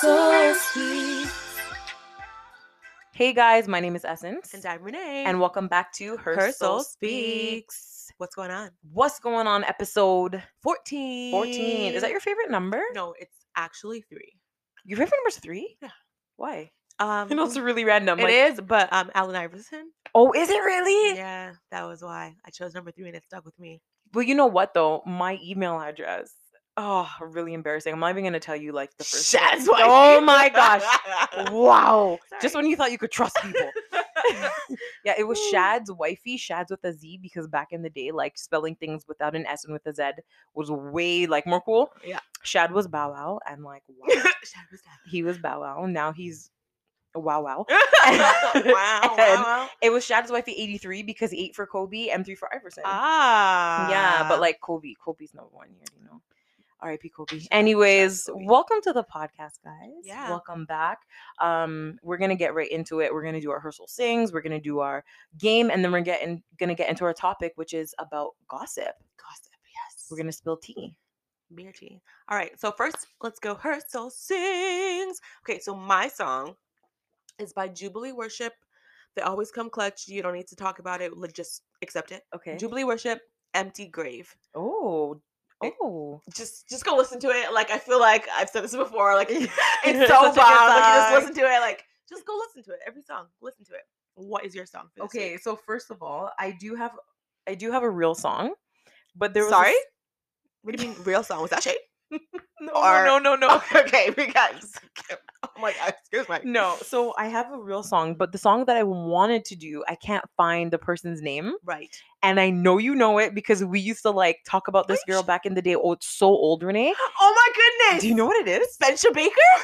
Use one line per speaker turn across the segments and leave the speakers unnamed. so sweet.
Hey guys, my name is Essence.
And I'm Renee.
and welcome back to Her,
Her
Soul
Soul
Speaks.
what's going on?
What's going on, episode
14.
14? Is that your favorite number?
No, it's actually three.
Your favorite number's three?
Yeah.
Why?
Um,
I know it's really random.
it
like-
is, but um, Alan Iverson.
Oh, is it really?
Yeah, that was why I chose number three, and it stuck with me.
Well, you know what though? My email address. Oh, really embarrassing. I'm not even gonna tell you like the first.
Shit,
one.
that's why- Oh,
Oh my gosh. Wow. Just
Sorry.
when you thought you could trust people. Yeah, it was
Ooh.
Shad's wifey, Shad's with a Z, because back in the day, like spelling things without an S and with a Z was way like more cool.
Yeah.
Shad was Bow Wow, and like wow,
Shad was
he was Bow Wow. Now he's a Wow Wow.
that. wow,
And-
wow, wow.
It was Shad's wifey 83 because eight for Kobe, M three for Iverson.
Ah.
yeah, but like Kobe, Kobe's number one here, you Uh, know. R.I.P. Kobe. Anyways,
Kobe.
welcome to the podcast, guys.
Yeah.
Welcome back. Um, we're gonna get right into it. We're gonna do our rehearsal sings. We're gonna do our game, and then we're getting gonna get into our topic, which is about gossip.
gossip, yes.
We're gonna spill tea.
Beer tea. All right. So first, let's go. Her soul sings. Okay. So my song is by Jubilee Worship. They always come clutch. You don't need to talk about it. Let- Just accept it.
Okay.
Jubilee Worship. Empty grave.
Oh.
It-
Oh.
Just, just go listen to it. Like I feel like I've said this before. Like it's
It's
so
such a
bomb.
good
Like you just
song.
listen to it. Like just go listen to it. Every song, listen to it. What is your song? For this
Okay,
week?
so first of all, I do have I do have a real song, but there was a
Sorry.
s-
What do you mean? Real song? Was that shade?
no,
Or-
no, no, no, no.
okay, because oh my god, excuse me.
No, so I have a real song, but the song that I wanted to do, I can't find the person's name.
Right.
And I know you know it because we used to like talk about this
you
girl
sh-
back in the day. Oh, it's so old, Renee.
Oh my goodness.
Do you know what it is?
Spencer Baker?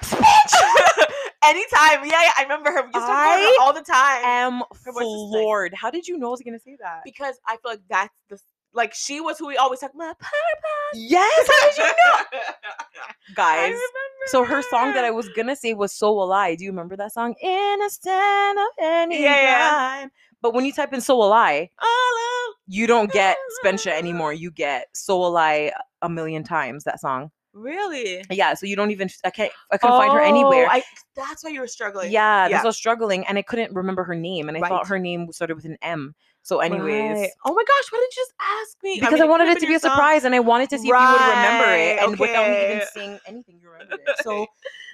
Anytime. Yeah, yeah, I remember her. We used to record her
I
all the time.
Am
Her voice is nice.
floored. How did you know I was gonna say that?
because I feel like that's the like she was who we always talk about.
Yes, how did you know?
I
Guys.
remember.
So her song that I was gonna say was So Will I. Do you remember that song? Innocent of any
Yeah, yeah.
crime. But when you type in So Will I,
All
you don't get Spencer anymore. You get So Will I a million times that song.
of- really?
Yeah, so you don't even I can't I couldn't find her anywhere.
Oh, I, that's why you were struggling.
yeah, that's
yeah.
why I was struggling, and I couldn't remember her name, and I
Right.
thought her name started with an M. So, anyways,
Right. Oh my gosh, why didn't you just ask me?
because I,
mean, could've
wanted it
been
to be
your
a
song.
surprise, and I wanted to see if you would remember it,
Right,
and without me even
okay.
seeing anything, you remembered it. So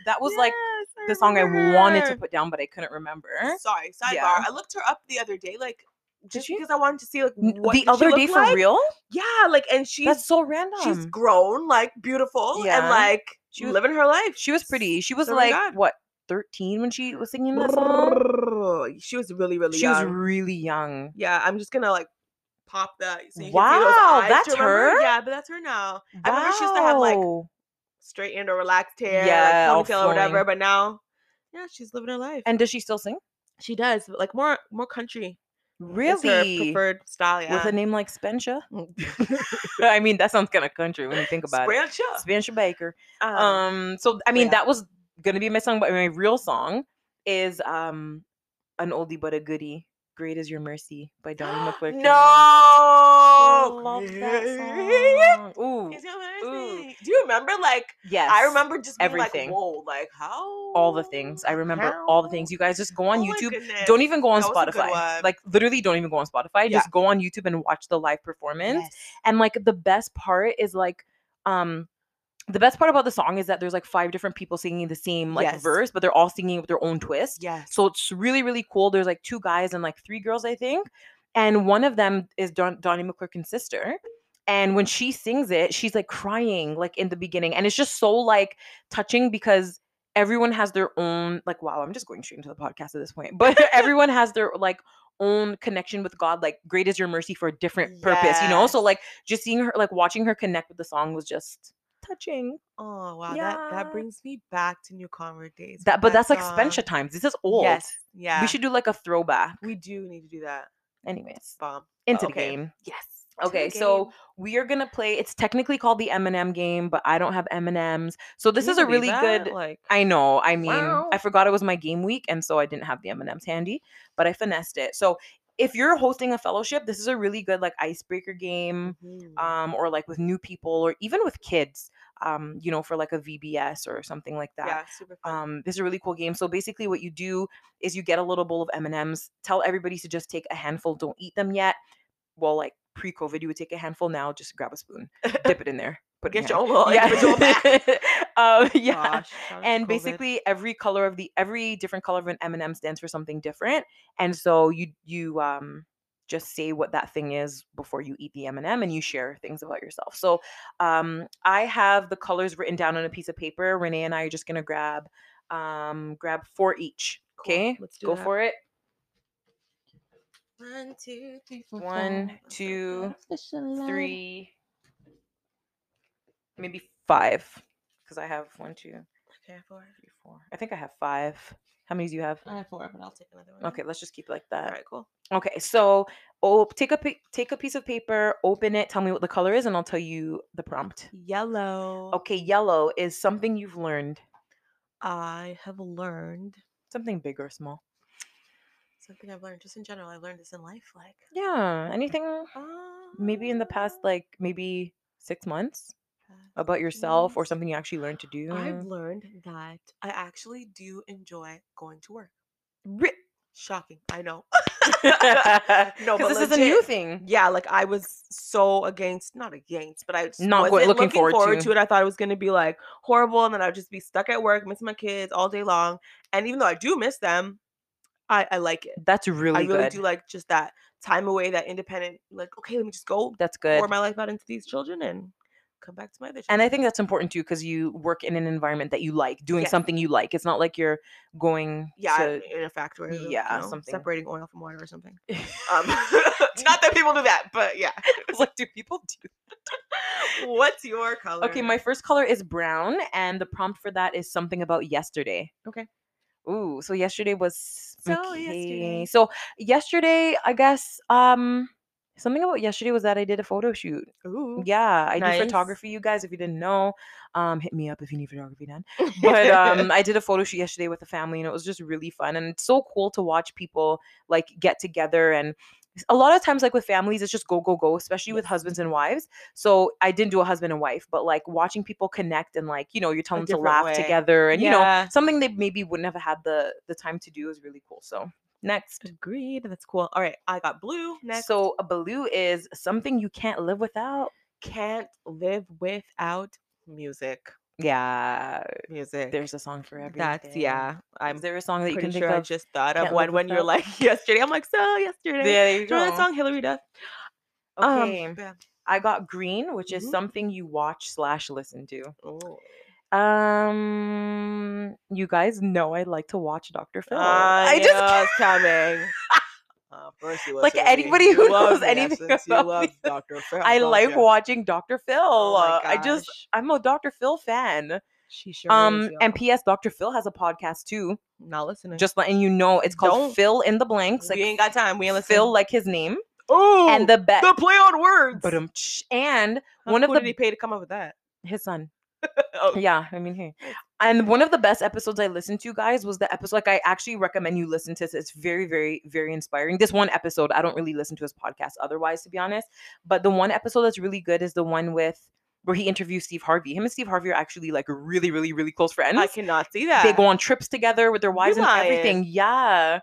that was like
Yes,
the song I
remember
wanted to
her.
put down, but I couldn't remember.
Sorry, sidebar.
Yeah.
I looked her up the other day, like just
you?
because I wanted to see like
N-
what
the
did she
other
look
day,
like.
for real,
Yeah, like and she's
that's so random.
she's grown, like beautiful, and
Yeah.
like
She
she
was-
was living her life.
she was pretty. She was
Oh my
like
God.
what thirteen when she was singing that song.
She was really, really
She was
young.
really young.
yeah, I'm just gonna like pop that. So you can see those
Wow,
eyes to
that's
remember.
her?
Yeah, but that's her now. I remember she used to have, like,
Wow.
Straightened or relaxed hair,
Yeah, all
like ponytail or whatever.
flowing.
But now, yeah, she's living her life.
And does she still sing?
she does but, like more, more country. is her
Really?
preferred style. Yeah.
With a name like Spencer?
name.
I mean, that sounds kind of country when you think Mm, about it.
Branch up.
Spencer Baker.
Um,
Um, so I mean,
yeah.
that was gonna be my song, but my real song is um an oldie but a goodie. Great is your mercy by Donnie McClurkin.
no.
love that song. Ooh,
It's
Ooh.
amazing. Do you remember? Like
yes,
I remember just being
Everything.
like, "Whoa!" Like how Oh
all the things. I remember all the things. You guys just go on YouTube. Don't even go on
That was a good
Spotify.
one.
Like literally, don't even go on Spotify.
Yeah.
Just go on YouTube and watch the live performance. and like the best part is like um the best part about the song is that there's like five different people singing the same like
Yes.
verse but they're all singing with their own twist
Yes.
so it's really really cool there's like two guys and like three girls i think and one of them is Don- donnie mcclurkin's sister and when she sings it she's like crying like in the beginning and it's just so like touching because everyone has their own like wow i'm just going straight into the podcast at this point but everyone has their like own connection with god like great is your mercy for a different purpose you know so
Yes.
like just seeing her like watching her connect with the song was just touching
oh wow, that
Yeah.
that brings me back to New Convert days.
that but
with
that's like
song.
Spencer times this is old
Yes. Yeah.
we should do like a throwback
We do need to do that.
anyways
Bomb.
into the
okay.
game
Yes. to the
okay so
game.
we are gonna play it's technically called the m&m game but i don't have m&ms so this
Can
is
you
a really
believe
good
that? Like
I know. I mean,
Wow.
I forgot it was my game week, and so I didn't have the M and M's handy, but I finessed it. So if you're hosting a fellowship, this is a really good like icebreaker game,
Mhm.
um, or like with new people, or even with kids. um, you know, for like a VBS or something like that.
Yeah, super fun.
Um, this is a really cool game. So basically, what you do is you get a little bowl of M and M's. Tell everybody to just take a handful. Don't eat them yet. Well, like pre-COVID, you would take a handful. Now, just grab a spoon, dip it in there, put it in
Get your
your
own little
hand.
individual pack.
um, yeah.
Gosh, shout out to
And
COVID.
basically, every color of the every different color of an M and M stands for something different. And so you you um just say what that thing is before you eat the M and M, and you share things about yourself. So um, I have the colors written down on a piece of paper. Renee and I are just gonna grab um grab four each.
Cool,
Okay,
let's do
go
that.
for it.
One, two, three, four,
One,
five.
two,
Official.
Three, maybe five, because I have one, two,
Okay, four.
three, four. I think I have five. How many do you have?
I have four, but I'll take another one.
Okay, let's just keep it like that.
All right, cool.
Okay, so oh, take a pi- take a piece of paper, open it, tell me what the color is, and I'll tell you the
Mm-hmm.
prompt.
Yellow.
Okay, yellow is something you've learned,
I have learned
something big or small.
something I've learned just in general. I learned this in life, like
Yeah, anything maybe in the past
uh,
like maybe six months
past
about yourself or
months.
something you actually learned to do.
I've learned that I actually do enjoy going to work.
Ri-
Shocking, I know.
'Cause
but
this is a
legit,
new thing.
yeah, like I was so against, not against, but I just
Not go-
wasn't
looking forward to.
it. I thought it was going to be like horrible and then I'd just be stuck at work, miss my kids all day long. And even though I do miss them, I, I like it.
That's really,
I really
good.
do like just that time away, that independent, like, okay, let me just go
That's good.
pour my life out into these children and come back to my other
and
children.
I think that's important too because you work in an environment that you like, doing
Yes.
something you like. It's not like you're going
yeah,
to
in a factory, you
yeah,
know,
something.
separating oil from water or something. Um, not that people do that, but yeah.
It's like, do people do?
What's your color?
Okay, my first color is brown, and the prompt for that is something about yesterday.
Okay.
Ooh, so yesterday was
So
okay.
yesterday.
So yesterday, I guess um something about yesterday was that I did a photo shoot.
Ooh.
Yeah, I
Nice.
do photography, you guys. If you didn't know, um, hit me up if you need photography done. but um, I did a photo shoot yesterday with the family, and it was just really fun. And it's so cool to watch people like get together. And a lot of times, like with families, it's just go go go, especially with husbands and wives. So I didn't do a husband and wife, but like watching people connect and like you know you're telling them to
different
laugh
way.
together, and you know
Yeah.
something they maybe wouldn't have had the the time to do is really cool. So next.
Agreed. That's cool. All right, I got blue next.
So a blue is something you can't live without.
can't live without music.
Yeah,
Music.
there's a song for everything.
That's yeah. I'm
Is there a song that you
pretty
can
sure I
think of?
just thought of
Can't
one
live
when you're
without?
like yesterday. I'm like so yesterday.
there you
Do you remember that song Hillary Duff? Um,
Okay,
bam.
I got green, which is
Mhm.
something you watch slash listen to.
Ooh.
Um, you guys know I like to watch Dr. Phil.
uh, I,
I
just
just
was coming. Uh, first you
Like
listen to me.
anybody who
You love
knows
the
anything
essence. You
about
love
me.
Dr. Phil,
I
don't
like
you?
watching Dr. Phil.
Oh my
I just
gosh.
I'm a Dr. Phil fan.
she sure
um,
is,
and
y'all.
P.S. Dr. Phil has a podcast too.
not listening.
Just letting you know, it's called
Don't-
Phil in the Blanks. Like
we ain't got time. We ain't listening.
Phil, like his name,
oh,
and the bet.
the play on words.
Ba-dum-tsh. And
How
Eh, one of
cool
the
did he pay to come up with that?
his son.
Oh.
Yeah, I mean, hey. And one of the best episodes I listened to, guys, was the episode. Like, I actually recommend you listen to this. It's very, very, very inspiring. This one episode, I don't really listen to his podcast otherwise, to be honest. But the one episode that's really good is the one with where he interviews Steve Harvey. Him and Steve Harvey are actually like really, really, really close friends.
I cannot see that.
They go on trips together with their wives and
lying.
everything. Yeah.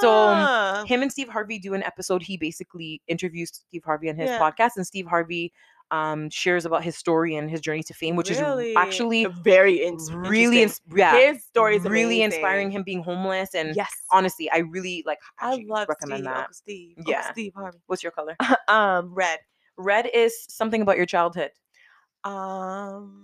So
Huh.
him and Steve Harvey do an episode. He basically interviews Steve Harvey on his
Yeah.
podcast, and Steve Harvey um, shares about his story and his journey to fame, which
Really?
is actually
very in-
really
interesting.
ins- yeah,
His story is
really
amazing.
inspiring. Him being homeless and
Yes,
honestly, I really like.
I
actually
love
recommend
Steve.
that.
Uncle Steve. Uncle
Yeah.
Steve Harvey.
What's your color?
um, red.
Red is something about your childhood.
Um.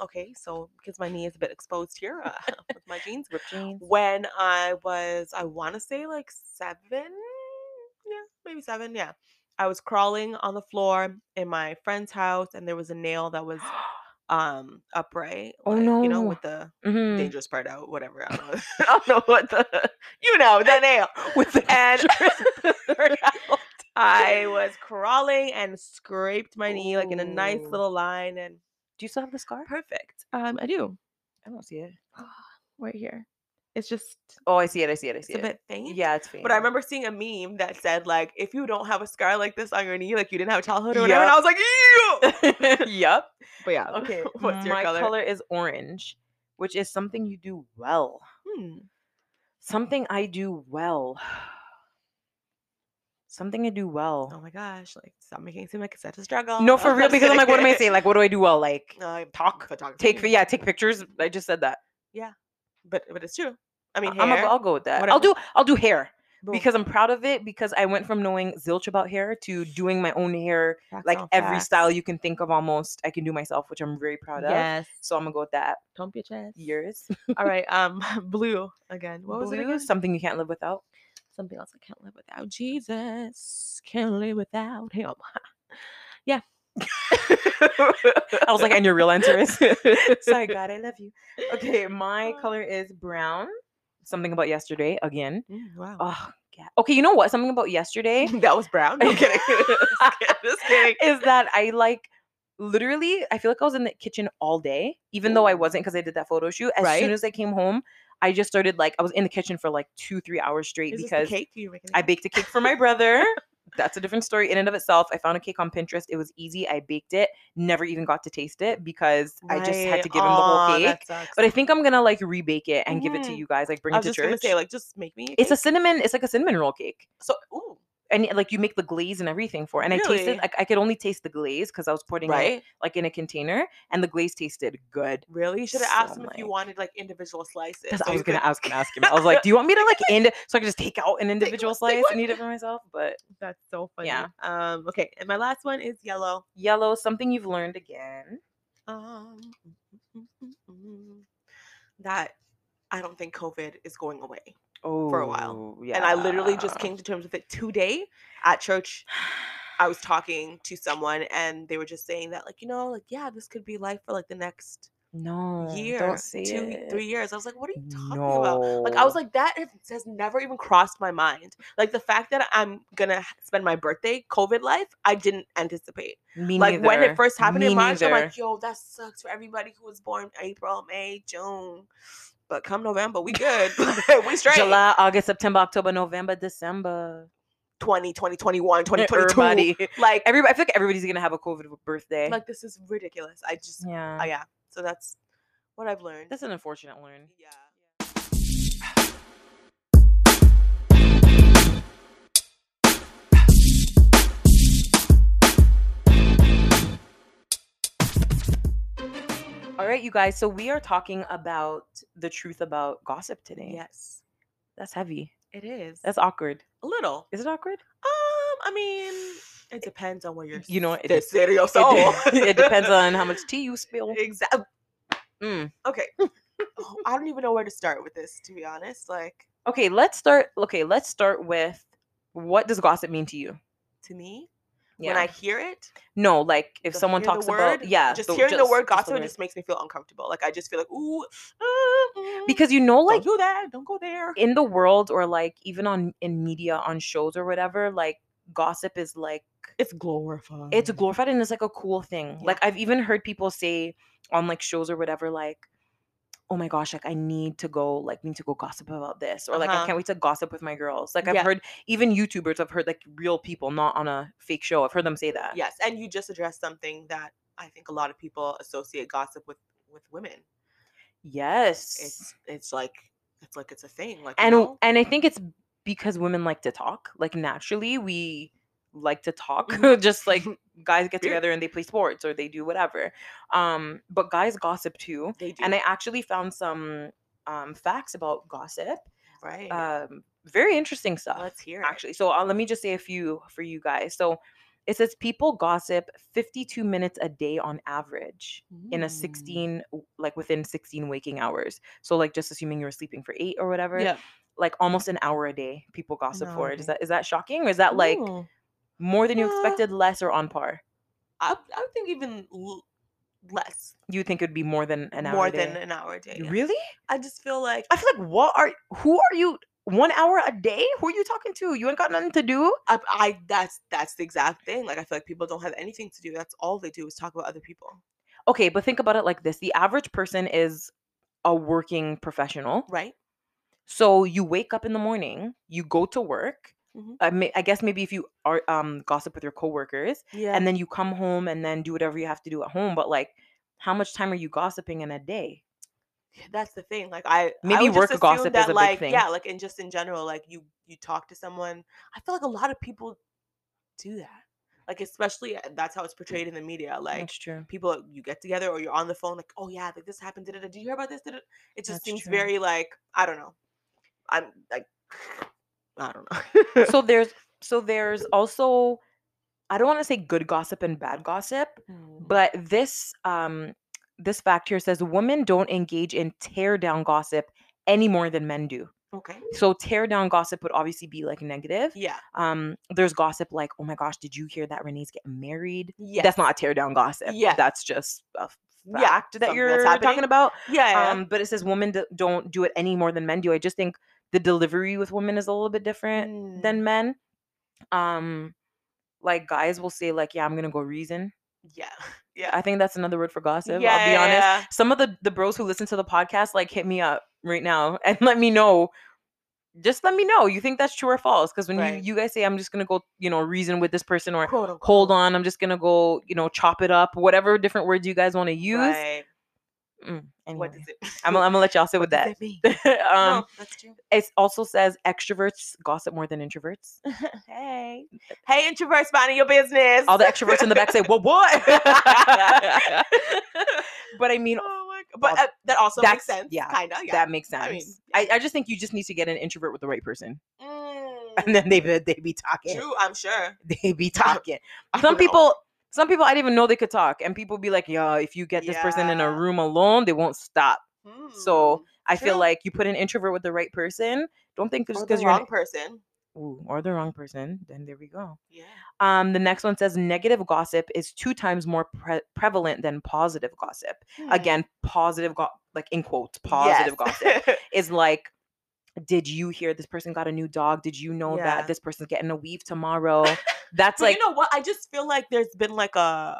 Okay, so because my knee is a bit exposed here uh, with my jeans.
Ripped jeans.
When I was, I want to say like seven, yeah, maybe seven, yeah. I was crawling on the floor in my friend's house, and there was a nail that was um upright.
Oh,
like, You
no.
know, with the
Mhm.
dangerous part out, whatever. I don't know, I don't know what the, you know, the nail.
With the
And
Red out.
I was crawling and scraped my knee like in a nice
Ooh.
little line, and
Do you still have the scar?
perfect. Um, I do.
I don't see it.
right here. It's just
Oh, I see it. I see it. I
it's
see
a
it.
bit faint.
Yeah, it's faint.
But I remember seeing a meme that said like, if you don't have a scar like this on your knee, like you didn't have childhood or whatever, and I was like, ew.
yep.
But yeah.
Okay.
What's your
my
color?
is orange, which is something you do well.
Hmm.
Something I do well. Something I do well.
Oh my gosh! Like, stop making it seem like it's such a struggle.
No, for real, because I'm like, what am I saying? Like, what do I do well? Like,
Uh,
Talk,
photography.
take yeah, take pictures. I just said that.
but but it's true. I mean,
I- I'm a,
hair,
I'll go with that. I'll do
whatever.
I'll do hair
boom,
because I'm proud of it because I went from knowing zilch about hair to doing my own hair,
facts
like
on
every
facts.
style you can think of. Almost, I can do myself, which I'm very proud of.
Yes.
So I'm gonna go with that.
Don't be a chest.
Yours,
All right. Um, blue again. What was it
Blue,
again?
Something you can't live without.
Something else I can't live without. Jesus, can't live without him. yeah.
I was like, and your real answer is. Sorry, God, I love you. Okay, my
Oh.
color is brown. Something about yesterday again.
Mm, wow.
Oh, yeah. Okay, you know what? Something about yesterday
that was brown. No I'm kidding. Just kid- just kidding.
is that I like literally I feel like I was in the kitchen all day, even though I
Ooh.
wasn't because I did that photo shoot. As
Right.
soon as I came home, I just started like I was in the kitchen for like two, three hours straight
Is this the
because
cake you were making?
I baked a cake for my brother. That's a different story in and of itself. I found a cake on Pinterest. It was easy. I baked it, never even got to taste it because I just had
Right.
to give him the whole
Aw,
cake.
that sucks.
But I think I'm gonna like rebake it and give it to
Mhm.
you guys, like bring
I
it
was
to
just gonna
church.
say, like, just make me.
it's a
cake.
cinnamon, it's like a cinnamon roll cake.
so. Ooh,
And eh, like you make the glaze and everything for it. And I tasted
Really?
like I could only taste the glaze because I was putting it
right?
like in a container and the glaze tasted good.
Really? You should have
So
asked him
I'm
if you
like-
wanted like individual slices.
Because
so
I was
you
gonna
could-
I was gonna ask him. I was like, Do you want me to like end so I can just take out an individual
one, take
slice
one.
and eat it for myself? But
That's so funny.
Yeah.
Um. Okay. And my last one is yellow.
yellow, something you've learned again.
Um. mm, mm, mm, mm. That I don't think COVID is going away,
Oh
a while. and I literally just came to terms with it today at church. I was talking to someone, and they were just saying that, like, you know, like, yeah, this could be life for like the next
No
year,
Uh, Don't say
two,
it.
three years. I was like, what are you talking
no.
about? Like I was like, that has- has never even crossed my mind. Like the fact that I'm gonna h- spend my birthday COVID life, I didn't anticipate.
Me
like when
neither.
it first happened
Me
in March, I'm
neither.
like, yo, that sucks for everybody who was born April, May, June. But come November, we good. we straight.
July, August, September, October, November, December. er,
20, 2021, 2022.
Everybody.
Like,
Everybody I feel like everybody's gonna have a COVID birthday.
like this is ridiculous. I just,
yeah.
oh, yeah. So that's what I've learned.
That's an unfortunate learn.
yeah.
All right, you guys. So we are talking about the truth about gossip today.
Yes,
That's heavy.
it is.
That's awkward.
a little.
Is it awkward?
Um, I mean, it depends on where you're.
You know what? It
the
de-
city or
It
soul.
de- it depends on how much tea you spill.
Exactly.
Mm.
Okay. Oh, I don't even know where to start with this, to be honest. Like
Okay, let's start. Okay, let's start with what does gossip mean to you?
to me, when
Yeah.
I hear it,
no, like if
the-
someone
hear the
talks
word,
about yeah,
just hearing the word gossip
word.
just makes me feel uncomfortable. Like I just feel like ooh, uh, mm,
because you know, like
don't do that, don't go there.
in the world or like even on in media on shows or whatever, like gossip is like
It's glorified.
it's glorified and it's like a cool thing.
Mm-hmm. Yeah.
Like I've even heard people say on like shows or whatever, like, oh my gosh, like I need to go, like we need to go gossip about this, or like I
Uh-huh.
can't wait to gossip with my girls. Like I've
Yeah.
heard even YouTubers, I've heard like real people, not on a fake show. I've heard them say that.
Yes, and you just addressed something that I think a lot of people associate gossip with with women.
Yes.
It's it's like it's like it's a thing. Like you
and
know?
and I think it's because women like to talk. Like naturally, we like to talk.
Mhm.
Just like guys get
Period.
together and they play sports or they do whatever. Um, but guys gossip too.
they do.
and I actually found some um, facts about gossip.
right.
Um, very interesting stuff,
Let's hear it.
actually. So uh, let me just say a few for you guys. So it says people gossip 52 minutes a day on average in a
Mm.
16 w- like within 16 waking hours so like just assuming you were sleeping for eight or whatever
Yeah.
like almost an hour a day people gossip
hour
for
a
it is
day.
that is that shocking or is that like
No.
more than you
Uh,
expected less or on par
I, I would think even l- less,
you think it would be more than an hour
more
a
than eh,
day?
an hour a day. yeah.
really
I just feel like
I feel like what are who are you one hour a day? Who are you talking to? You ain't got nothing to do.
I, I that's that's the exact thing. Like I feel like people don't have anything to do. That's all they do is talk about other people,
Okay, but think about it like this: the average person is a working professional.
right?
So you wake up in the morning, you go to work.
Mhm.
I, may, I guess maybe if you are um gossip with your coworkers,
Yeah.
and then you come home and then do whatever you have to do at home. But like, how much time are you gossiping in a day?
that's the thing. Like I I
Maybe
would just
work
assume
gossip is
that,
a big
like,
thing.
Yeah, like and just in general, like you you talk to someone. I feel like a lot of people do that. Like especially uh, that's how it's portrayed in the media. Like
That's true.
people you get together or you're on the phone, like, oh yeah, like this happened. Da-da-da. Do you hear about this? Da-da-" It just
That's
seems
true.
very like I don't know. I'm like I don't know.
so there's so there's also I don't want to say good gossip and bad gossip,
Mm.
but this um this fact here says women don't engage in tear down gossip any more than men do.
okay.
So tear down gossip would obviously be like negative.
Yeah.
Um there's gossip like, "Oh my gosh, did you hear that Renee's getting married?"
Yeah.
That's not a tear down gossip.
Yeah.
That's just a fact
Yeah,
that
something that's
you're
happening.
talking about.
yeah. yeah.
Um but it says women d- don't do it any more than men do. I just think the delivery with women is a little bit different
Mm.
than men. Um like guys will say like, "Yeah, I'm going to go reason."
Mm, yeah. Yeah.
I think that's another word for gossip.
yeah,
I'll be
yeah,
honest.
yeah.
Some of the the bros who listen to the podcast like hit me up right now and let me know. Just let me know you think that's true or false because when
Right.
you you guys say I'm just gonna go you know reason with this person or
Quote, unquote.
hold on I'm just gonna go you know chop it up whatever different words you guys want to use.
Right.
Mm,
What
anyway,
does it
I'm gonna- I'm gonna let y'all sit with that. um,
no, that's true.
It also says extroverts gossip more than introverts. hey,
Hey, introverts, minding your business.
all the extroverts in the back say, "Well, what?" but I mean,
oh my God. But
Well,
uh, that also makes
that's-
sense.
yeah,
Kinda. Yeah.
that makes sense.
I
I,
mean,
I, just think you just need to get an introvert with the right person,
Mm,
and then they be- they be talking,
true, I'm sure.
they be talking.
I
Some
don't know.
people, some people, I didn't even know they could talk, and people be like, "Yeah, if you get this person in a
Yeah.
room alone, they won't stop." so,
Mm,
I feel
True.
like you put an introvert with the right person. Don't think just
or the
because you're
wrong
an,
person.
ooh, or the wrong person, then there we go.
Yeah.
Um, the next one says negative gossip is two times more pre- prevalent than positive gossip.
Hmm.
Again, positive, go- like in quotes, positive gossip
gossip.
is like did you hear this person got a new dog did you know
Yeah.
that this person's getting a weave tomorrow that's
but
like
you know what? I just feel like there's been like a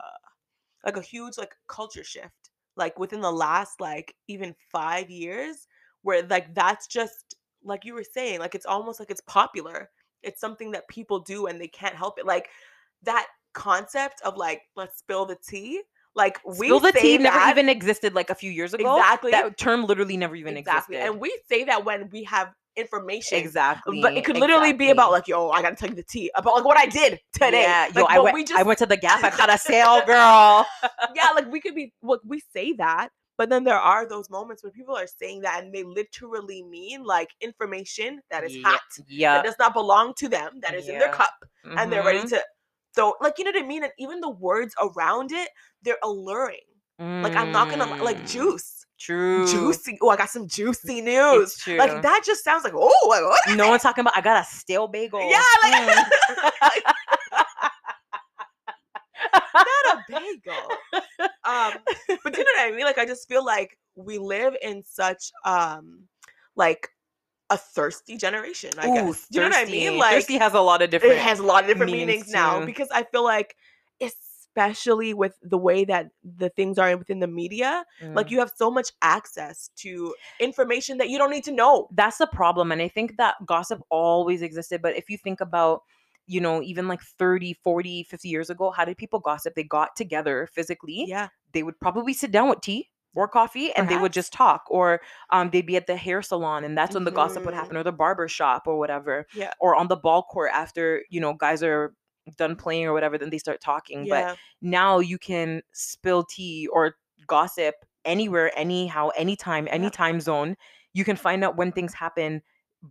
like a huge like culture shift like within the last like even five years where like that's just like you were saying like it's almost like it's popular. It's something that people do and they can't help it. Like that concept of like let's spill the tea. Like we
spill the
say
tea never
that-
even existed like a few years ago
exactly
that term literally never even
exactly,
existed
and we say that when we have information.
exactly
But it could literally be about
exactly.
like, yo, I gotta tell you the tea about like what I did today.
yeah yo
Like,
I,
but
went,
we
I
just-
went to the gap i caught a sale girl
yeah, like we could be like we say that, but then there are those moments where people are saying that and they literally mean like information that is hot,
yeah
that does not belong to them, that is in their
Yeah.
cup, and they're ready
Mhm.
to throw like you know what I mean? And even the words around it, they're alluring. Like I'm not gonna li- like
Mm-hmm. Mm,
juice.
true
Juicy. Oh, I got some juicy news.
it's true.
Like that just sounds like, oh, like, what?
no one's talking about i got a stale bagel
Yeah, like
Mm.
not a bagel. Um, but do you know what I mean? Like I just feel like we live in such um like a thirsty generation, I
Ooh,
guess. Do you know what I
thirsty.
mean? Like
thirsty has a lot of different.
it has a lot of different
meanings
meanings, now
too.
because I feel like especially with the way that the things are within the media,
Mm.
like you have so much access to information that you don't need to know.
that's the problem and i think that gossip always existed but if you think about you know even like 30 40 50 years ago how did people gossip they got together physically
Yeah.
they would probably sit down with tea or coffee and they would just talk or um, they'd be at the hair salon and that's when the gossip would
Mhm.
happen or the barber shop or whatever
Yeah.
or on the ball court after you know guys are done playing or whatever then they start talking but
Yeah.
now you can spill tea or gossip anywhere, anyhow, anytime, any
Yep.
time zone. You can find out when things happen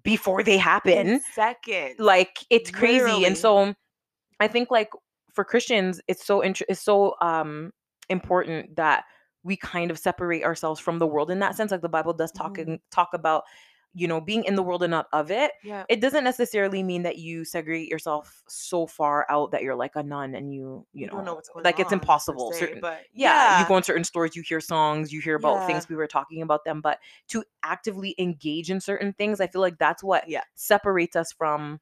before they happen.
Second.
Like it's crazy,
Literally.
and so I think like for Christians, it's so int- it's so um important that we kind of separate ourselves from the world in that sense. Like the Bible does talk
Mhm.
and talk about you know being in the world and not of it
yeah.
it doesn't necessarily mean that you segregate yourself so far out that you're like a nun and you you, know
don't know what's going
like
on.
it's impossible
per se,
certain
but
yeah,
yeah,
you go in certain stores you hear songs you hear about
Yeah.
things we were talking about them but to actively engage in certain things i feel like that's what
Yeah.
separates us from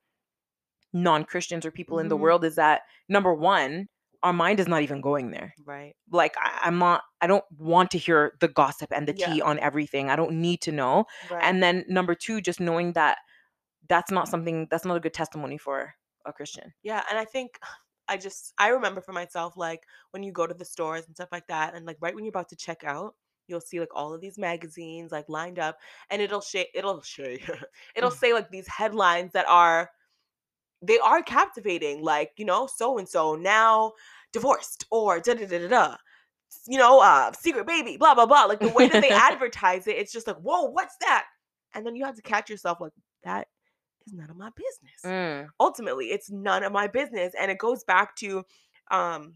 non-christians or people in the
Mhm.
world is that number one our mind is not even going there.
Right.
Like I, I'm not. I don't want to hear the gossip and the
Yeah.
tea on everything. I don't need to know.
Right.
And then number two, just knowing that that's not something that's not a good testimony for a Christian.
Yeah, and I think I just I remember for myself like when you go to the stores and stuff like that, and like right when you're about to check out, you'll see like all of these magazines like lined up, and it'll shake it'll shake it'll say like these headlines that are they are captivating, like you know so and so now divorced or da da da da da. s- You know, uh, secret baby, blah blah blah. Like the way that they advertise it, it's just like, whoa, what's that? And then you have to catch yourself, like that is none of my business
Mm.
ultimately it's none of my business and it goes back to um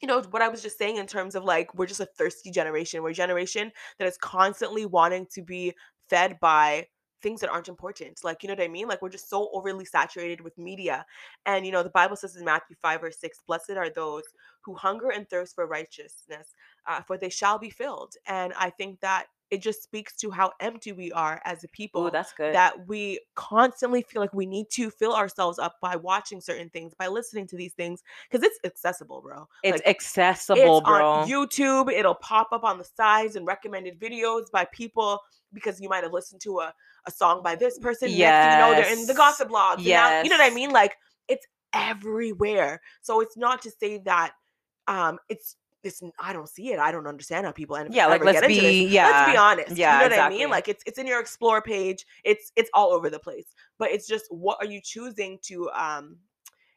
you know what i was just saying in terms of like we're just a thirsty generation we're a generation that is constantly wanting to be fed by things that aren't important like you know what i mean like we're just so overly saturated with media and you know the bible says in matthew 5 or 6 blessed are those who hunger and thirst for righteousness uh, for they shall be filled and i think that it just speaks to how empty we are as a people
Oh, that's good.
that we constantly feel like we need to fill ourselves up by watching certain things, by listening to these things, because it's accessible, bro.
it's
Like,
accessible,
it's
bro.
on YouTube. It'll pop up on the sides and recommended videos by people because you might have listened to a, a song by this person. Next thing you know, they're in the
Yes.
gossip blogs. and now- you know what I
Yes.
mean? Like it's everywhere. So it's not to say that um it's it's I don't see it. I don't understand how people end up
yeah, like
ever
let's
get into this
be yeah.
let's be
Yeah,
honest. you know what I
exactly.
mean. Like it's it's in your explore page. It's it's all over the place. But it's just what are you choosing to um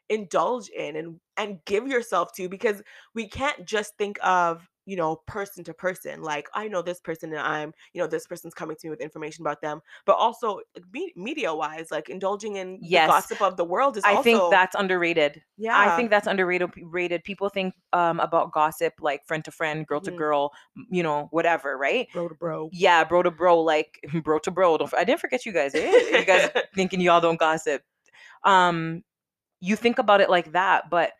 indulge in and and give yourself to because we can't just think of you know person to person like i know this person and i'm you know this person's coming to me with information about them but also like, me- media wise like indulging in
Yes.
the gossip of the world is
I
also
think that's underrated.
yeah
I think that's underrated. p- Rated people think um, about gossip like friend to friend, girl
Mhm.
to girl, m- you know, whatever, right?
bro to bro
Yeah, bro to bro, like bro to bro. Don't f- I didn't forget you guys. eh? You guys thinking y'all don't gossip. Um, you think about it like that, but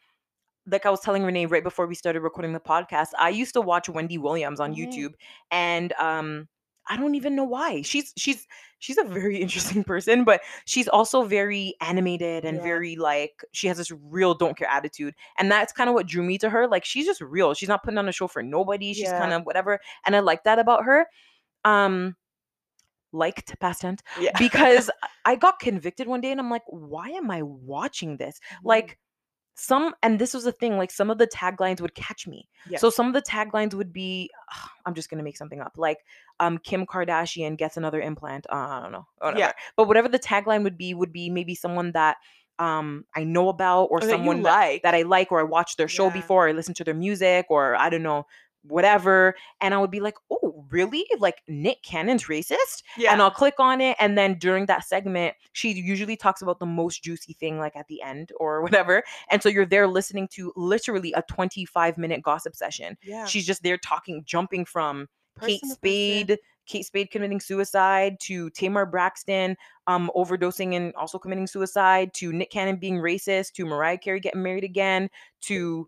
like I was telling Renee right before we started recording the podcast, I used to watch Wendy Williams on
Mhm.
YouTube, and um, I don't even know why. She's she's she's a very interesting person, but she's also very animated and
Yeah.
very like she has this real don't care attitude, and that's kind of what drew me to her. Like she's just real. She's not putting on a show for nobody. She's
Yeah.
kind of whatever, and I like that about her. Um, liked past tense
yeah
because I got convicted one day, and I'm like, why am I watching this?
Mm-hmm.
like some and this was the thing like some of the taglines would catch me
yeah.
so some of the taglines would be i'm just gonna make something up like um kim kardashian gets another implant uh, i don't know whatever.
Yeah.
but whatever the tagline would be would be maybe someone that um i know about or,
Or that you
someone that,
like
that i like or i watched their show
Yeah.
before or i listened to their music or i don't know whatever and i would be like oh really like nick cannon's racist
yeah
and I'll click on it. And then during that segment, she usually talks about the most juicy thing, like at the end or whatever. And so you're there listening to literally a 25 minute gossip session.
yeah
She's just there talking, jumping from
Person
Kate
to person.
Spade, Kate Spade committing suicide to Tamar Braxton um, overdosing and also committing suicide to Nick Cannon being racist to Mariah Carey getting married again to.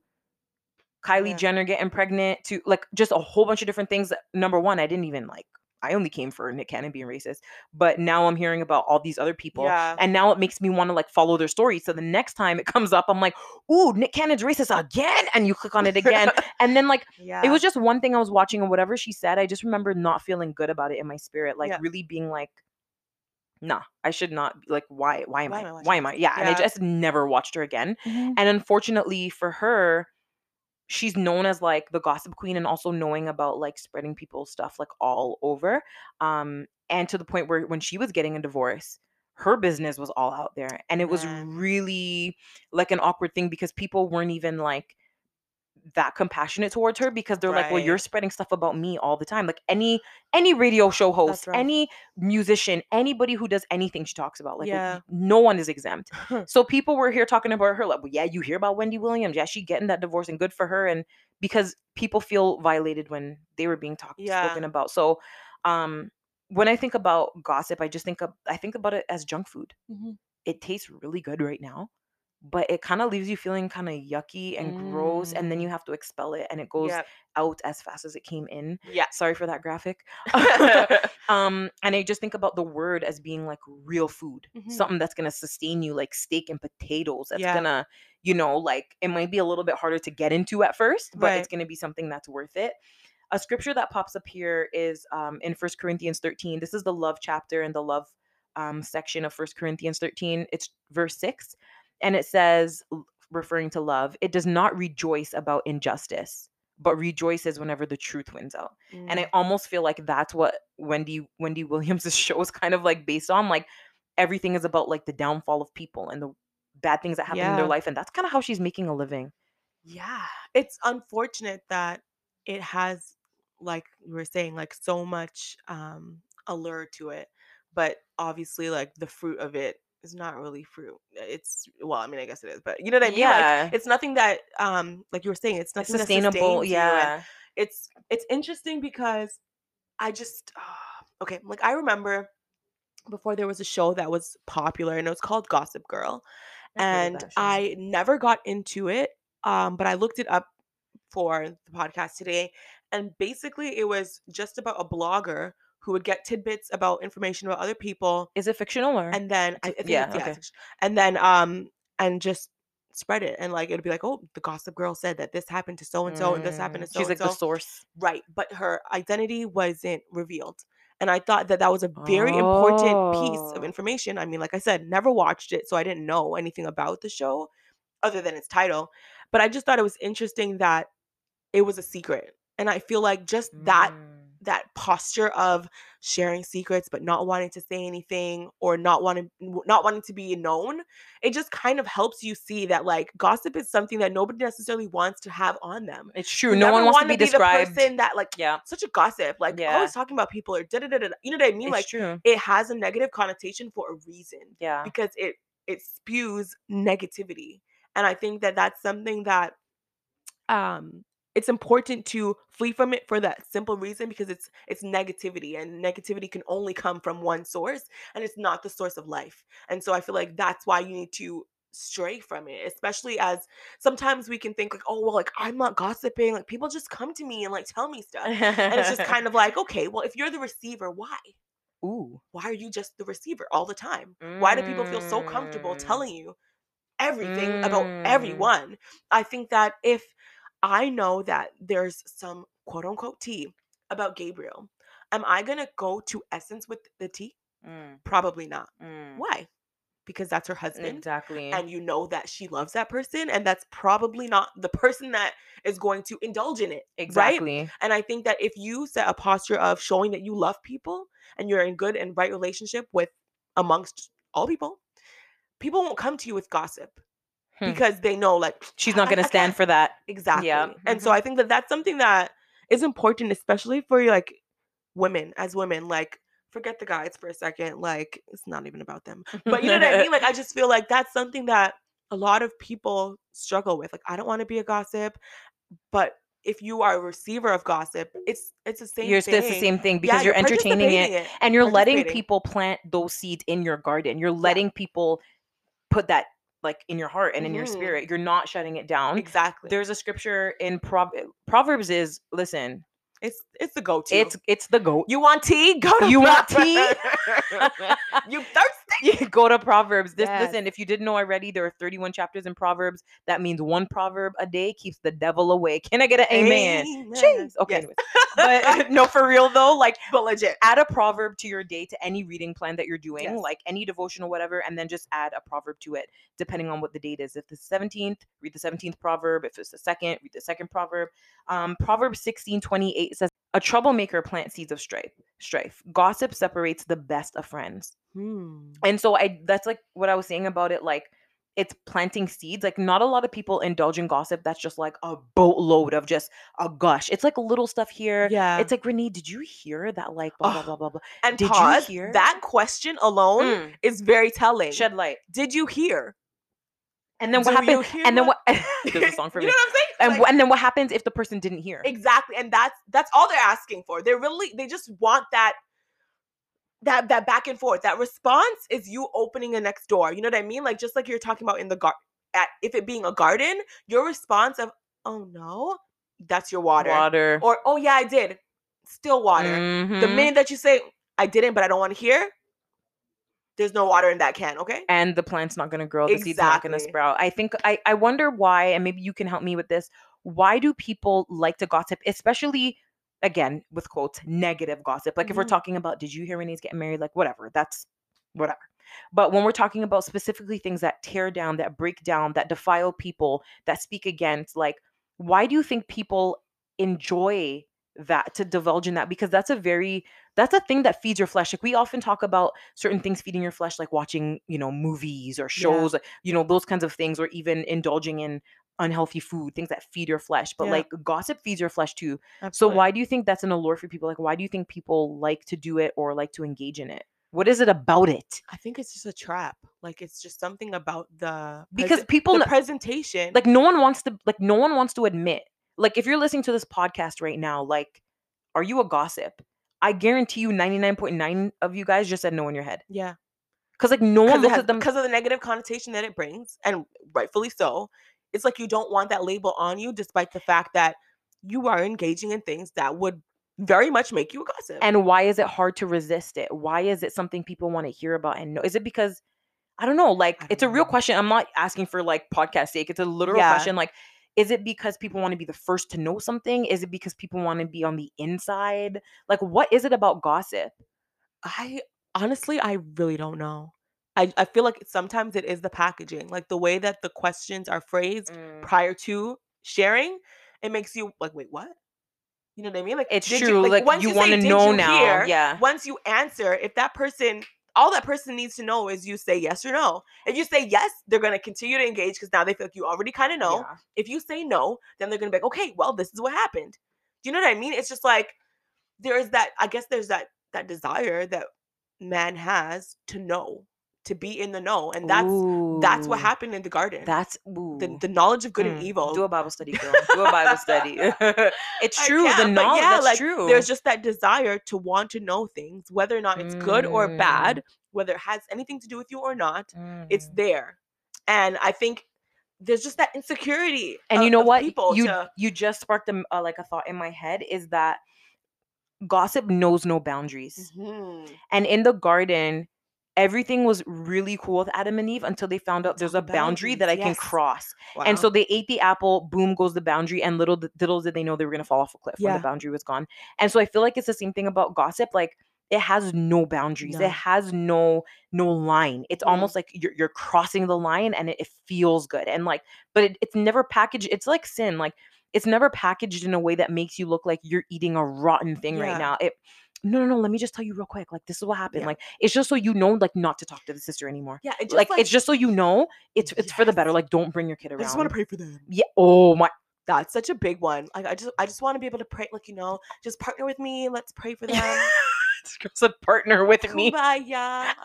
Kylie
Yeah.
Jenner getting pregnant to like just a whole bunch of different things. that- Number one, I didn't even like I only came for Nick Cannon being racist, but now I'm hearing about all these other people.
yeah
And now it makes me want to like follow their story. So the next time it comes up, I'm like, ooh, Nick Cannon's racist again. And you click on it again. and then like
yeah
it was just one thing I was watching and whatever she said, I just remember not feeling good about it in my spirit. Like
Yeah.
really being like, nah, I should not be- like why why am
Why
I,
am I
why
watching
am I? Yeah. And I
Yeah.
just never watched her again.
Mhm.
And unfortunately for her, she's known as like the gossip queen and also knowing about like spreading people's stuff like all over. Um, and to the point where when she was getting a divorce, her business was all out there. And it was
Man.
really like an awkward thing because people weren't even like that compassionate towards her because they're like, well, you're
Right.
spreading stuff about me all the time. Like any any radio show host,
rough.
any musician, anybody who does anything she talks about, like
Yeah.
no one is exempt. So people were here talking about her like, well, yeah, you hear about Wendy Williams. Yeah, she getting that divorce and good for her. And because people feel violated when they were being talked
Yeah.
spoken about. So um when I think about gossip, I just think of I think about it as junk food.
Mhm.
It tastes really good right now, but it kind of leaves you feeling kind of yucky and gross. And then
Mm.
you have to expel it and it goes
Yep.
out as fast as it came in.
yeah
Sorry for that graphic.
Mhm.
um and i just think about the word as being like real food
Mhm.
something that's gonna sustain you like steak and potatoes that's
Yeah.
gonna you know, like it might be a little bit harder to get into at first, but
Right.
it's going to be something that's worth it. A scripture that pops up here is um, in First Corinthians 13. This is the love chapter and the love um, section of First Corinthians 13. It's verse 6, and it says, l- referring to love, it does not rejoice about injustice, but rejoices whenever the truth wins out
Mm,
and
Mm-hmm.
i almost feel like that's what wendy wendy williams' show is kind of like based on like everything is about like the downfall of people and the bad things that happen in
Yeah.
their life and that's kind of how she's making a living
yeah it's unfortunate that it has like you were saying like so much um allure to it but obviously like the fruit of it is not really fruit Uh, it's well i mean i guess it is but you know what i mean like,
yeah
it's nothing that um like you were saying it's
it's
nothing
sustainable
yeah
yeah
it's it's interesting because i just okay like i remember before there was a show that was popular and it was called gossip girl and I never got into it. Um, but I looked it up for the podcast today, and basically it was just about a blogger who would get tidbits about information about other people,
is it fictional or
and then I, I think
yeah,
it's- yeah,
okay.
it's- and then um and just spread it, and like it'd be like, oh, the Gossip Girl said that this happened to so and so, and this happened to
Mm,
so
she's
and
like the
so,
source
right? But her identity wasn't revealed. And I thought that that was a very important piece of
Oh.
information. I mean, like I said, never watched it, so I didn't know anything about the show other than its title. But I just thought it was interesting that it was a secret. And I feel like just that
Mm.
that posture of sharing secrets but not wanting to say anything or not wanting w- not wanting to be known, it just kind of helps you see that like gossip is something that nobody necessarily wants to have on them.
it's true
You
no
never
one wants to
wanna
be, described
the person that like
yeah
such a gossip, like
Yeah.
always talking about people or da da da da. You know what I mean?
it's
like
true
it has a negative connotation for a reason
yeah
because it it spews negativity and i think that that's something that um it's important to flee from it for that simple reason because it's it's negativity and negativity can only come from one source and it's not the source of life and so i feel like that's why you need to stray from it especially as sometimes we can think like oh well like i'm not gossiping like people just come to me and like tell me stuff and it's just kind of like okay well if you're the receiver why
ooh
why are you just the receiver all the time? Why do people feel so comfortable
Mm.
telling you everything about
Mm.
everyone? I think that if I know that there's some quote unquote tea about Gabriel, am I going to go to Essence with the tea?
Mm,
Probably not.
mm.
Why? Because that's her husband.
exactly
And you know that she loves that person, and that's probably not the person that is going to indulge in it. Right?
exactly
And I think that if you set a posture of showing that you love people and you're in good and right relationship with amongst all people, people won't come to you with gossip
Hmm.
because they know like
she's not going to stand mm-hmm. for that.
exactly. And so I think that that's something that is important, especially for like women as women. Like forget the guys for a second. Like it's not even about them, but you know what I mean. Like I just feel like that's something that a lot of people struggle with. Like I don't want to be a gossip, but if you are a receiver of gossip, it's it's the same.
you're
thing.
it's the same thing
Yeah,
because you're, entertaining it,
participating
and you're letting
participating.
people plant those seeds in your garden. You're letting people put that like in your heart and in your
Mhm.
spirit. You're not shutting it down.
Exactly.
There's a scripture in Prov- eh, Proverbs is listen,
it's it's the go-to.
it's it's the goat.
you want tea? Go to
You want
Proverbs. you thirsty?
You go to Proverbs. This
Yes.
listen, if you didn't know already, there are 31 chapters in Proverbs. That means one proverb a day keeps the devil away. Can I get an amen? Jeez. Okay, anyways.
Yes,
but no, for real though, like
but legit.
add a proverb to your day to any reading plan that you're doing,
Yes.
like any devotional, whatever, and then just add a proverb to it depending on what the date is. If it's the 17th, read the 17th proverb. If it's the second, read the second proverb. Um, proverb 16 28 says, A troublemaker plants seeds of strife. Strife. Gossip separates the best of friends.
Hmm.
And so I that's like what I was saying about it, like it's planting seeds. Like not a lot of people indulge in gossip that's just like a boatload of just a gush. It's like little stuff here.
Yeah.
It's like Renee, did you hear that like blah blah
Oh,
blah blah blah?
and
did you
pause.
hear?
That question alone is very telling.
Shed light.
Did you hear?
And then what
mm, Do you
happens?
hear
And then
what-
what there's a song for
you
me.
know what I'm saying?
And
Like,
wh- and then what happens if the person didn't hear?
exactly. And that's that's all they're asking for. They really they just want that that that back and forth. That response is you opening a next door. You know what I mean? Like just like you're talking about in the garden. At if it being a garden, your response of oh no, that's your water.
Water.
Or oh yeah, I did. Still water. The
Mhm.
minute that you say I didn't, but I don't want to hear, There's no water in that can, okay?
and the plant's not going to grow the seed's not going to
Exactly.
sprout i think I, I wonder why and maybe you can help me with this why do people like to gossip especially again with quotes negative gossip like if we're
Mhm.
talking about did you hear rennie's getting married like whatever that's whatever but when we're talking about specifically things that tear down that break down that defile people that speak against like why do you think people enjoy that to divulge in that because that's a very that's a thing that feeds your flesh like we often talk about certain things feeding your flesh like watching you know movies or shows like, you know those kinds of things or even indulging in unhealthy food things that feed your flesh but
Yeah.
like gossip feeds your flesh too so why do you think that's an allure for people like why do you think people like to do it or like to engage in it what is it about it
I think it's just a trap. Like it's just something about the
because
presen-
people
the
kn-
presentation.
like no one wants to like no one wants to admit like if you're listening to this podcast right now like are you a gossip i guarantee you 99.9 of you guys just said no in your head
yeah,
because like no one looks
because
at them
of the negative connotation that it brings, and rightfully so. It's like you don't want that label on you, despite the fact that you are engaging in things that would very much make you a gossip.
and why is it hard to resist it why is it something people want to hear about and know is it because i don't know like
I
it's a
don't
real
know.
question i'm not asking for like podcast sake it's a literal
Yeah.
question like is it because people want to be the first to know something is it because people want to be on the inside like what is it about gossip
I honestly, I really don't know. I, I feel like sometimes it is the packaging, like the way that the questions are phrased prior to sharing, it makes you like, wait, what? You know what I mean? Like
It's
did
true, like, you
say,
wanna
"Did
know
you
now," yeah.
Once you answer, if that person, all that person needs to know is you say yes or no. If you say yes, they're gonna continue to engage because now they feel like you already kind of know.
Yeah.
If you say no, then they're gonna be like, okay, well, this is what happened. Do you know what I mean? It's just like there is that. I guess there's that that desire that man has to know, to be in the know, and that's that's what
Ooh,
happened in the garden.
That's
the,
ooh.
the knowledge of good
Mm,
and evil.
Do a Bible study, girl. Do a Bible study. it's
I
true. The
can't, but
knowledge.
yeah,
that's
like,
true.
There's just that desire to want to know things, whether or not it's good or
Mm.
bad, whether it has anything to do with you or not. It's
Mm.
there, and I think there's just that insecurity.
and
of-
you know
of
what
People
you
to-
you just sparked a, uh, like a thought in my head is that gossip knows no boundaries
Mhm.
and in the garden everything was really cool with adam and eve until they found out
Until
there's a
the
boundary that i
boundaries,
can
yes.
cross and
Wow.
so they ate the apple boom goes the boundary and little d- little did they know they were going to fall off a cliff when
Yeah.
the boundary was gone and so i feel like it's the same thing about gossip like it has no boundaries
No.
it has no no line it's
Mm.
almost like you're, you're crossing the line and it, it feels good and like but it, it's never packaged it's like sin like it's never packaged in a way that makes you look like you're eating a rotten thing right
Yeah.
now it no no no let me just tell you real quick like this is what happened
Yeah.
like it's just so you know like not to talk to the sister anymore
yeah, it just,
like, it's just so you know it's it's for the better
Yes.
like don't bring your kid
I
around
just want to pray for them.
yeah. Oh my.
That's such a big one. Like I just I just want to be able to pray. Like you know, just partner with me. Let's pray for them.
This girl's a partner with
Oh
me. I
Kumbaya.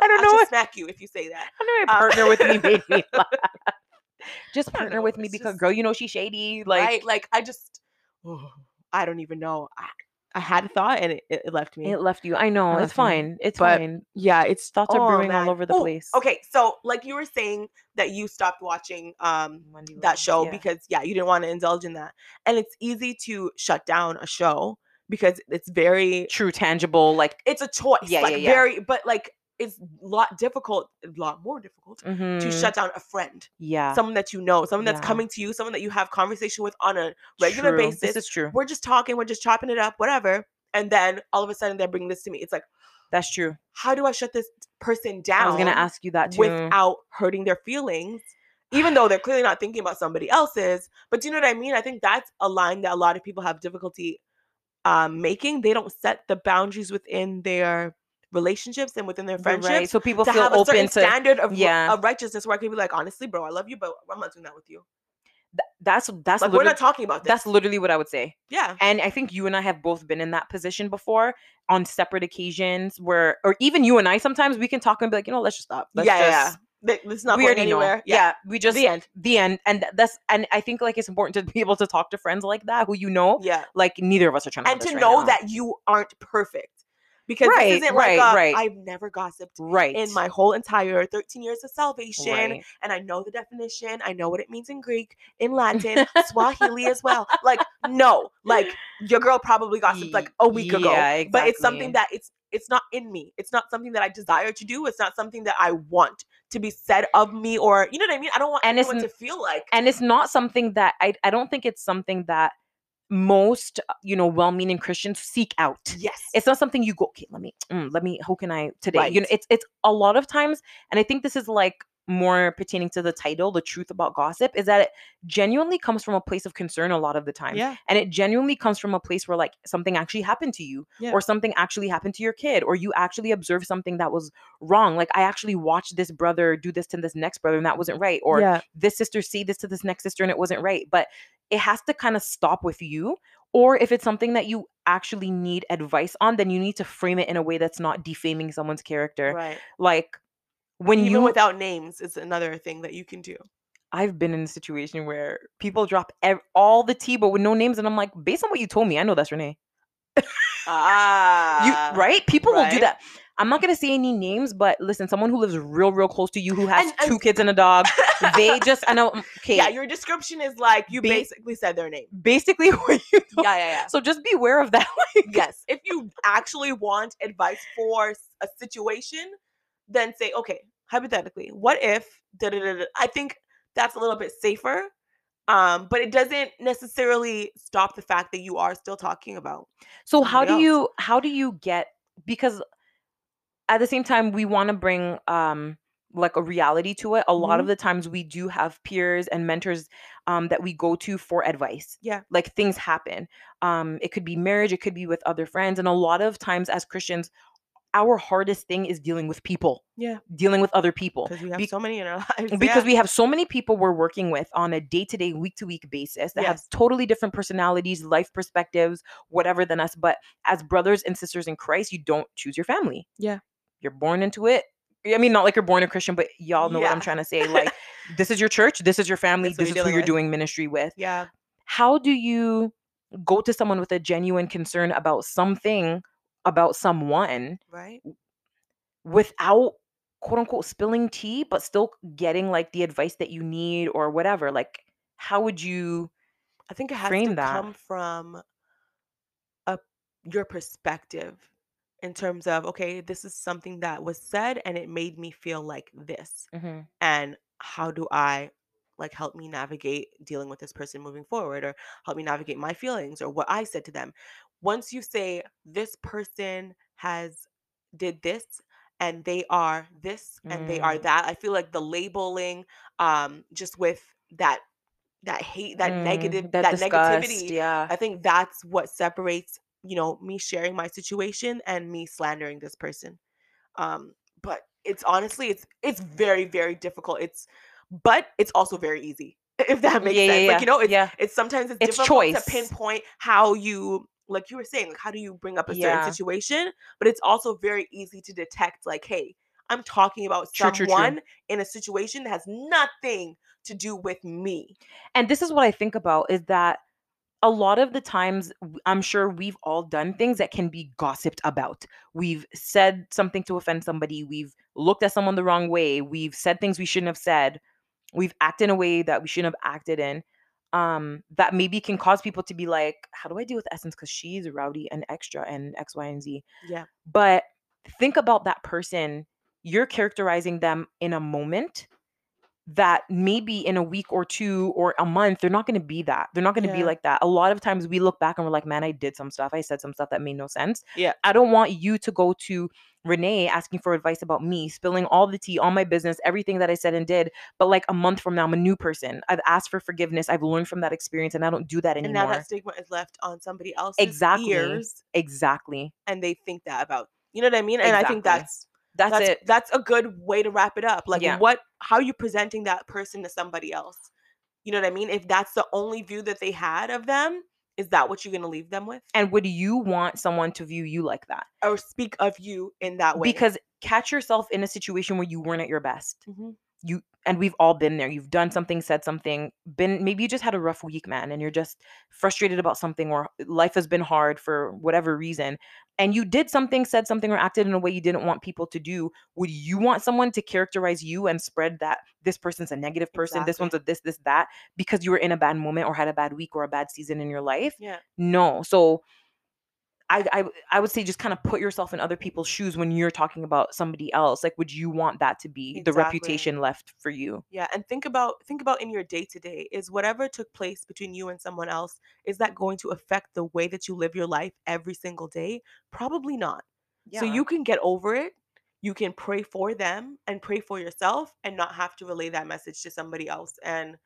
I
don't know
I'll
what-
just smack you if you say that.
don't know. why
Uh,
Partner with me made me laugh. Just
I don't
partner
know,
with me
it's
because
just-
girl, you know she's shady. Like
right? Like I just, Oh. I don't even know. I, I had a thought and it, it left me.
it left you. I know.
It
It's
left me,
fine. It's
Uh-huh. but-
fine.
yeah, it's
Thoughts are
oh,
brewing all
man.
over the
Ooh,
place.
Okay, so like you were saying that you stopped watching um
Wendy
that
Williams,
show
yeah.
because yeah, you didn't want to indulge in that, and it's easy to shut down a show because it's very
true, tangible. Like
it's a choice.
Yeah,
like
yeah, yeah.
very, but like it's a lot difficult, a lot more difficult to
mhm,
shut down a friend.
Yeah.
Someone that you know, someone that's
Yeah.
coming to you, someone that you have conversation with on a regular
true.
basis
This is true.
we're just talking, we're just chopping it up, whatever. And then all of a sudden they're bringing this to me. It's like,
That's true.
how do I shut this person down?
I was gonna ask you that too.
uh, without hurting their feelings, even though they're clearly not thinking about somebody else's. But do you know what I mean? I think that's a line that a lot of people have difficulty um, making. They don't set the boundaries within their relationships and within their
You're
friendships.
Right. So people
To
feel
have a
open
certain
to
standard of,
yeah.
yeah. of righteousness, where I could be like, honestly, bro, I love you, but I'm not doing that with you.
th- that's that's
Like, we're
literally-
not talking about this.
that's literally what I would say.
yeah,
and i think you and i have both been in that position before on separate occasions where or even you and i sometimes we can talk and be like you know let's just stop
yeah,
let's
yeah, yeah.
just-
Th- This is not
we
going
already
anywhere.
know yeah. we just
the end.
the end and th- that's and i think like it's important to be able to talk to friends like that who you know
Yeah.
like neither of us are trying to have
and to
this right
know
now.
that you aren't perfect because
Right,
this isn't
right,
like a,
right.
I've never gossiped
right
in my whole entire 13 years of salvation
right.
and I know the definition, I know what it means in Greek, in Latin, Swahili as well. Like no, like your girl probably gossiped like a week ago.
Yeah,
But it's something
exactly.
that it's It's not in me. It's not something that I desire to do. It's not something that I want to be said of me or you know what I mean? I don't want
And it's
anyone to
n-
feel like
and it's not something that I, I don't think it's something that most uh, you know well-meaning christians seek out
yes.
it's not something you go okay let me mm, let me how can i today you know
Right.
it's it's a lot of times and i think this is like more pertaining to the title the truth about gossip is that it genuinely comes from a place of concern a lot of the time
yeah.
and it genuinely comes from a place where like something actually happened to you
Yeah.
or something actually happened to your kid or you actually observed something that was wrong like i actually watched this brother do this to this next brother and that wasn't right or
yeah.
this sister see this to this next sister and it wasn't right but it has to kind of stop with you or if it's something that you actually need advice on then you need to frame it in a way that's not defaming someone's character
Right.
like when
Even
you
without names is another thing that you can do.
i've been in a situation where people drop ev- all the tea but with no names and i'm like based on what you told me i know that's renee you
Ah.
right people will do
right.
that i'm not going to say any names but listen someone who lives real real close to you who has
And- and-
two kids and a dog they just i know mm, okay
Yeah, your description is like you
Ba-
basically said their name.
basically what you know.
Yeah, yeah,
so just beware of that like,
yeah. yes. If you actually want advice for s- a situation, then say, okay, hypothetically, what if da da da da I think that's a little bit safer. Um, but it doesn't necessarily stop the fact that you are still talking about.
So how
somebody
do
else.
you how do you get because at the same time we want to bring um like a reality to it. A
Mm-hmm.
lot of the times we do have peers and mentors um that we go to for advice.
Yeah.
Like things happen. Um it could be marriage, it could be with other friends and a lot of times as Christians our hardest thing is dealing with people.
Yeah.
Dealing with other people
Because we have
Be-
so many in our lives.
because we have so many people we're working with on a day-to-day week-to-week basis that have
Yes.
totally different personalities life perspectives whatever than us but as brothers and sisters in christ you don't choose your family
Yeah.
you're born into it i mean not like you're born a christian but y'all know what i'm
Yeah.
trying to say like this is your church this is your family
That's what
this
you're
is who
dealing
you're
with.
doing ministry with
yeah.
how do you go to someone with a genuine concern about something about someone
Right.
without quote unquote spilling tea, but still getting like the advice that you need or whatever. Like, how would you?
I think it has
frame
to
that.
come from a your perspective in terms of okay, this is something that was said and it made me feel like this,
Mm-hmm.
and how do I like help me navigate dealing with this person moving forward, or help me navigate my feelings or what I said to them. Once you say this person has did this and they are this and they are
Mm.
that, I feel like the labeling, um, just with that that hate that
Mm,
negative that,
disgust,
negativity
Yeah.
i think that's what separates you know me sharing my situation and me slandering this person um but it's honestly it's it's very very difficult it's but it's also very easy if that makes
yeah,
sense
Yeah,
like you know it's
yeah.
it's sometimes it's,
It's
difficult
choice.
to pinpoint how you like you were saying like how do you bring up a
Yeah.
certain situation but it's also very easy to detect like hey i'm talking about
True, true,
someone
true.
in a situation that has nothing to do with me
And this is what I think about is that a lot of the times w- I'm sure we've all done things that can be gossiped about. We've said something to offend somebody, we've looked at someone the wrong way, we've said things we shouldn't have said, we've acted in a way that we shouldn't have acted in. Um, that maybe can cause people to be like, How do I deal with Essence? Because she's rowdy and extra and X, Y, and Z
yeah
but think about that person you're characterizing them in a moment that maybe in a week or two or a month they're not going to be that they're not going to be
Yeah.
like that a lot of times we look back and we're like man i did some stuff i said some stuff that made no sense
Yeah.
i don't want you to go to renee asking for advice about me spilling all the tea all my business everything that i said and did but like a month from now i'm a new person i've asked for forgiveness i've learned from that experience and i don't do that
and
anymore
now that stigma is left on somebody else's
Exactly.
ears
exactly
and they think that about you know what i mean and i think
Exactly.
that's
that's,
that's
it
that's a good way to wrap it up like
Yeah.
what how are you presenting that person to somebody else you know what i mean if that's the only view that they had of them is that what you're going to leave them with
and would you want someone to view you like that
or speak of you in that way
because catch yourself in a situation where you weren't at your best
Mhm.
you and we've all been there you've done something said something been maybe you just had a rough week man and you're just frustrated about something or life has been hard for whatever reason and you did something said something or acted in a way you didn't want people to do would you want someone to characterize you and spread that this person's a negative person this
Exactly.
one's a this this that because you were in a bad moment or had a bad week or a bad season in your life
yeah
no so I, I I would say just kind of put yourself in other people's shoes when you're talking about somebody else. Like, would you want that to be the
Exactly.
reputation left for you?
Yeah, and think about think about in your day to day is whatever took place between you and someone else is that going to affect the way that you live your life every single day? Probably not. So you can get over it. You can pray for them and pray for yourself and not have to relay that message to somebody else and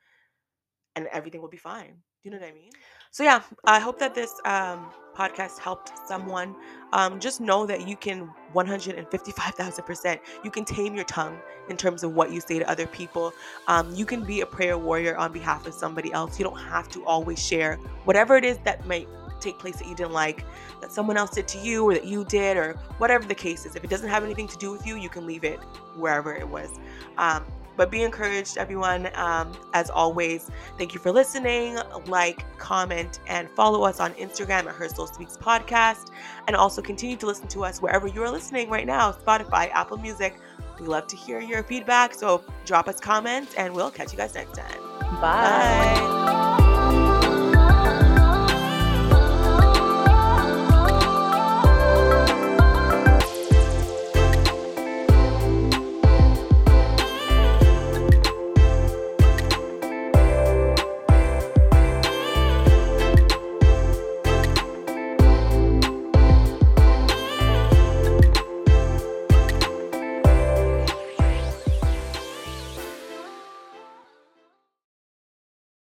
and everything will be fine. Do you know what I mean? So yeah, I hope that this um, podcast helped someone. Um, just know that you can 155,000%. You can tame your tongue in terms of what you say to other people. Um, you can be a prayer warrior on behalf of somebody else. You don't have to always share whatever it is that might take place that you didn't like, that someone else did to you, or that you did, or whatever the case is. If it doesn't have anything to do with you, you can leave it wherever it was. Um, but be encouraged, everyone. Um, as always, thank you for listening. Like, comment, and follow us on Instagram at Her Soul Speaks Podcast. And also continue to listen to us wherever you are listening right now Spotify, Apple Music. We love to hear your feedback. So drop us comments, and we'll catch you guys next time.
Bye.
Bye. Mm.